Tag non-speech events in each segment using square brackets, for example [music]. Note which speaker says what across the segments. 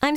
Speaker 1: I'm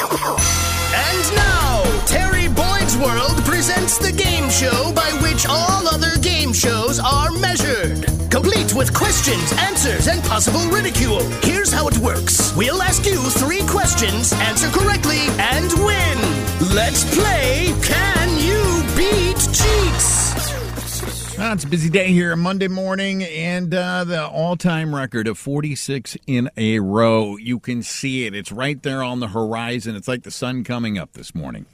Speaker 2: And now, Terry Boyd's World presents the game show by which all other game shows are measured. Complete with questions, answers, and possible ridicule. Here's how it works We'll ask you three questions, answer correctly, and win. Let's play Can You Beat Cheats?
Speaker 3: Ah, it's a busy day here, Monday morning, and uh, the all time record of 46 in a row. You can see it. It's right there on the horizon. It's like the sun coming up this morning.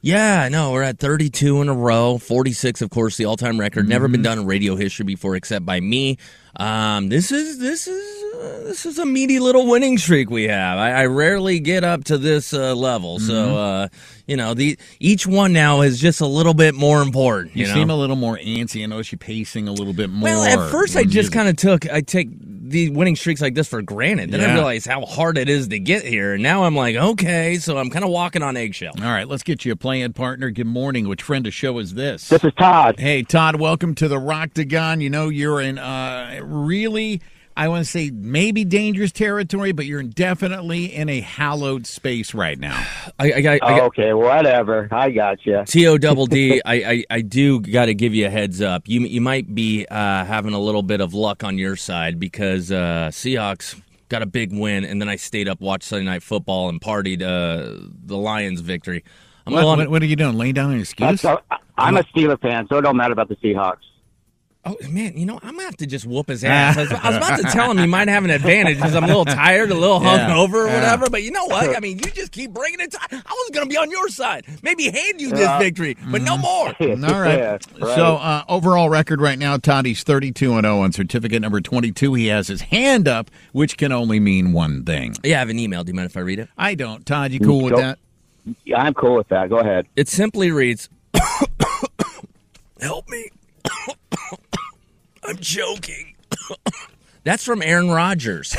Speaker 4: Yeah, I know. We're at 32 in a row. 46, of course, the all-time record. Never
Speaker 3: Mm-hmm.
Speaker 4: been done in radio history before, except by me. Um, this is this is uh, this is a meaty little winning streak we have. I, I rarely get up to this uh, level,
Speaker 3: Mm-hmm.
Speaker 4: so uh, you know, the each one now is just a little bit more important.
Speaker 3: You,
Speaker 4: You, know?
Speaker 3: seem a little more antsy. I notice you pacing a little bit more.
Speaker 4: Well, at first I
Speaker 3: when
Speaker 4: just
Speaker 3: you-
Speaker 4: kind of took I take the winning streaks like this for granted. Then
Speaker 3: Yeah.
Speaker 4: I realized how hard it is to get here, and now I'm like, okay, so I'm kind of walking on eggshells.
Speaker 3: All right, let's get you a playing partner. Good morning. Which friend of show is this?
Speaker 5: This is Todd.
Speaker 3: Hey, Todd, welcome to the Rocktagon. You know, you're in uh, really, I want to say maybe dangerous territory, but you're definitely in a hallowed space right now.
Speaker 4: I, I, I, I got,
Speaker 5: Okay, whatever. I got you.
Speaker 4: To double D, I, I, I do got to give you a heads up. You you might be uh, having a little bit of luck on your side because uh, Seahawks got a big win, and then I stayed up, watched Sunday Night Football, and partied uh, the Lions' victory. I'm
Speaker 3: What,
Speaker 4: going-
Speaker 3: what, what are you doing? Laying down an excuse?
Speaker 5: That's all, I- I'm a Steeler fan, so it don't matter about the Seahawks.
Speaker 4: oh man, you know I'm gonna have to just whoop his ass. I was, I was about to tell him you might have an advantage because I'm
Speaker 3: [laughs]
Speaker 4: a little tired, a little
Speaker 3: Yeah.
Speaker 4: hungover, or whatever. But you know
Speaker 3: [laughs]
Speaker 4: what? I mean, you just keep bringing it. To, I was gonna be on your side, maybe hand you this
Speaker 5: Yeah.
Speaker 4: victory, but no more.
Speaker 3: [laughs] All right. So uh, overall record right now, Toddy's thirty-two and zero on certificate number twenty-two. He has his hand up, which can only mean one thing.
Speaker 4: Yeah, I have an email. Do you mind if I read it?
Speaker 3: I don't. Todd, you cool with
Speaker 5: Nope.
Speaker 3: that?
Speaker 5: Yeah, I'm cool with that. Go ahead.
Speaker 4: It simply reads Help me. I'm joking. That's from Aaron Rodgers.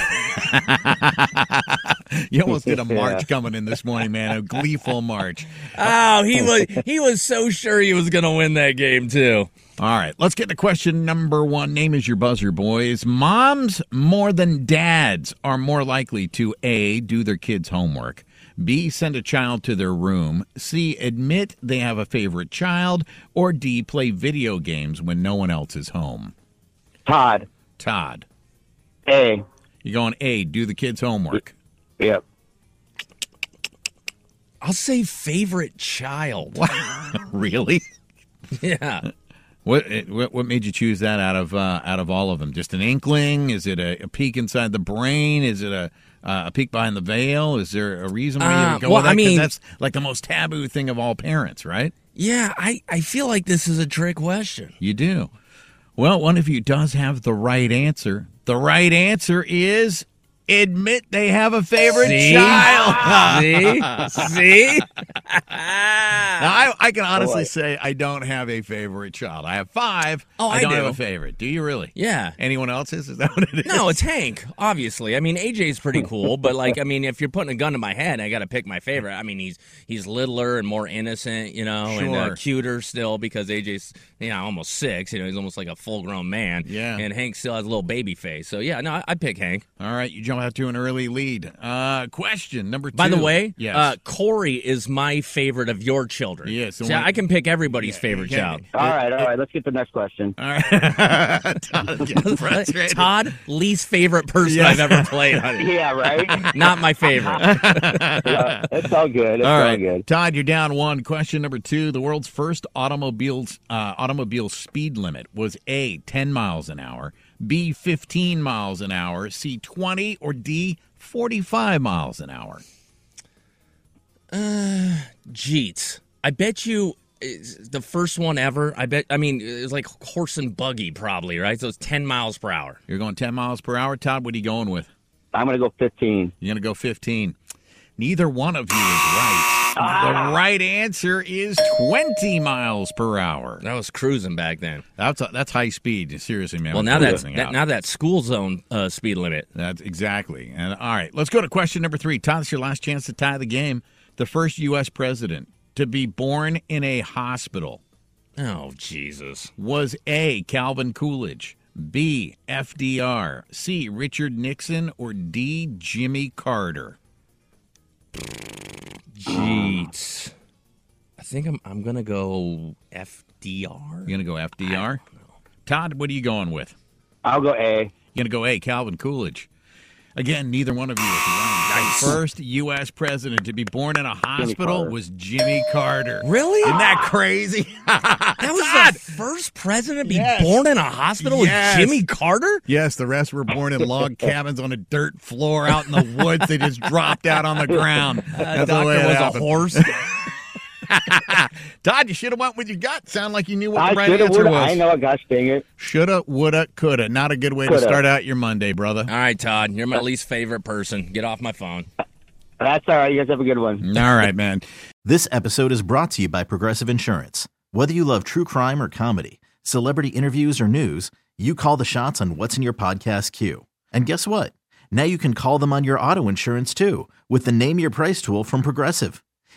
Speaker 3: You almost did a march coming in this morning, man. A gleeful march.
Speaker 4: Oh, [laughs] he was he was so sure he was gonna win that game too.
Speaker 3: All right, let's get to question number one. Name is your buzzer, boys. Moms more than dads are more likely to A, do their kids' homework, B, send a child to their room, C, admit they have a favorite child, or D, play video games when no one else is home.
Speaker 5: Todd.
Speaker 3: Todd,
Speaker 5: A.
Speaker 3: you're going A, do the kids' homework. [laughs]
Speaker 5: Yep.
Speaker 4: I'll say favorite child.
Speaker 3: really?
Speaker 4: Yeah.
Speaker 3: What, what what made you choose that out of uh, out of all of them? Just an inkling? Is it a, a peek inside the brain? Is it a uh, a peek behind the veil? Is there a reason why you
Speaker 4: Uh,
Speaker 3: would go
Speaker 4: well,
Speaker 3: with that?
Speaker 4: I
Speaker 3: 'Cause
Speaker 4: mean-
Speaker 3: that's like the most taboo thing of all parents, right?
Speaker 4: Yeah, I, I feel like this is a trick question.
Speaker 3: You do. Well, one of you does have the right answer. The right answer is admit they have a favorite
Speaker 4: See? [laughs]
Speaker 3: child.
Speaker 4: [laughs] See? See?
Speaker 3: Now, I, I can honestly say I don't have a favorite child. I have five.
Speaker 4: Oh, I
Speaker 3: don't
Speaker 4: do.
Speaker 3: have a favorite. Do you really?
Speaker 4: Yeah.
Speaker 3: Anyone else's? Is that what it is?
Speaker 4: No, it's Hank, obviously. I mean, AJ's pretty cool, but like, I mean, if you're putting a gun to my head, I got to pick my favorite. I mean, he's he's littler and more innocent, you know, and
Speaker 3: Sure.
Speaker 4: uh, cuter still because AJ's you know almost six, you know, he's almost like a full grown man.
Speaker 3: Yeah.
Speaker 4: and Hank still has a little baby face. So yeah, no, I, I pick Hank.
Speaker 3: All right, you jump out to an early lead. Uh, question number two.
Speaker 4: By the way,
Speaker 3: yes.
Speaker 4: uh, Corey is my favorite of your children.
Speaker 3: Yes, the
Speaker 4: so
Speaker 3: one-
Speaker 4: I can pick everybody's favorite
Speaker 3: okay. [laughs]
Speaker 4: child.
Speaker 5: All right, all right. Let's get to the next question.
Speaker 3: All right. [laughs] Todd, getting
Speaker 4: [laughs]
Speaker 3: frustrated.
Speaker 4: Todd, least favorite person
Speaker 3: Yes.
Speaker 4: I've ever played
Speaker 3: [laughs]
Speaker 4: on.
Speaker 5: Yeah, right?
Speaker 4: Not my favorite.
Speaker 5: Yeah, it's all good. It's
Speaker 3: All
Speaker 5: all,
Speaker 3: right,
Speaker 5: good.
Speaker 3: Todd, you're down one. Question number two: The world's first automobiles uh, automobile speed limit was A, 10 miles an hour, B, 15 miles an hour, C, 20, or D, 45 miles an hour.
Speaker 4: Jeets. I bet you it's the first one ever. I bet. I mean, it was like horse and buggy, probably right. So it's ten miles per hour.
Speaker 3: You're going 10 miles per hour, Todd. What are you going with?
Speaker 5: I'm going to go 15.
Speaker 3: You're going to go 15. Neither one of you is right.
Speaker 4: Ah.
Speaker 3: The right answer is 20 miles per hour.
Speaker 4: That was cruising back then.
Speaker 3: That's that's high speed. Seriously, man.
Speaker 4: Well,
Speaker 3: we're
Speaker 4: now that's
Speaker 3: closing
Speaker 4: that,
Speaker 3: out.
Speaker 4: now that school zone uh, speed limit.
Speaker 3: That's exactly. And all right, let's go to question number three. Todd, it's your last chance to tie the game. The first U.S. president to be born in a hospital
Speaker 4: Oh Jesus!
Speaker 3: was A. Calvin Coolidge, B. FDR, C. Richard Nixon, or D. Jimmy Carter.
Speaker 4: Jeez. I think I'm I'm gonna go FDR.
Speaker 3: You gonna go FDR? Todd, what are you going with?
Speaker 5: I'll go A.
Speaker 3: You're gonna go A. Calvin Coolidge. Again, neither one of you is wrong. The first U.S. president to be born in a hospital
Speaker 5: Carter.
Speaker 3: was Jimmy Carter. [laughs]
Speaker 4: Really?
Speaker 3: Isn't that crazy? [laughs]
Speaker 4: That was the first president to be
Speaker 3: Yes.
Speaker 4: born in a hospital
Speaker 3: Yes.
Speaker 4: with Jimmy Carter.
Speaker 3: Yes, the rest were born in
Speaker 5: [laughs]
Speaker 3: log cabins on a dirt floor out in the woods. They just dropped out on the
Speaker 5: [laughs]
Speaker 3: ground.
Speaker 4: That
Speaker 3: That's the
Speaker 4: doctor
Speaker 3: way it
Speaker 4: was
Speaker 3: happened. Ah,
Speaker 4: a
Speaker 3: [laughs]
Speaker 4: horse.
Speaker 3: Todd, you should have went with your gut. Sound like you knew what
Speaker 5: I
Speaker 3: the right
Speaker 5: shoulda,
Speaker 3: answer
Speaker 5: woulda.
Speaker 3: was.
Speaker 5: I know. it, Gosh dang it.
Speaker 3: Shoulda, woulda, coulda. Not a good way to
Speaker 5: Coulda.
Speaker 3: start out your Monday, brother.
Speaker 4: All right, Todd, you're my least favorite person. Get off my phone.
Speaker 5: That's all right. You guys have a good one.
Speaker 3: All right, man.
Speaker 6: This episode is brought to you by Progressive Insurance. Whether you love true crime or comedy, celebrity interviews or news, you call the shots on what's in your podcast queue. And guess what? Now you can call them on your auto insurance too with the Name Your Price tool from Progressive.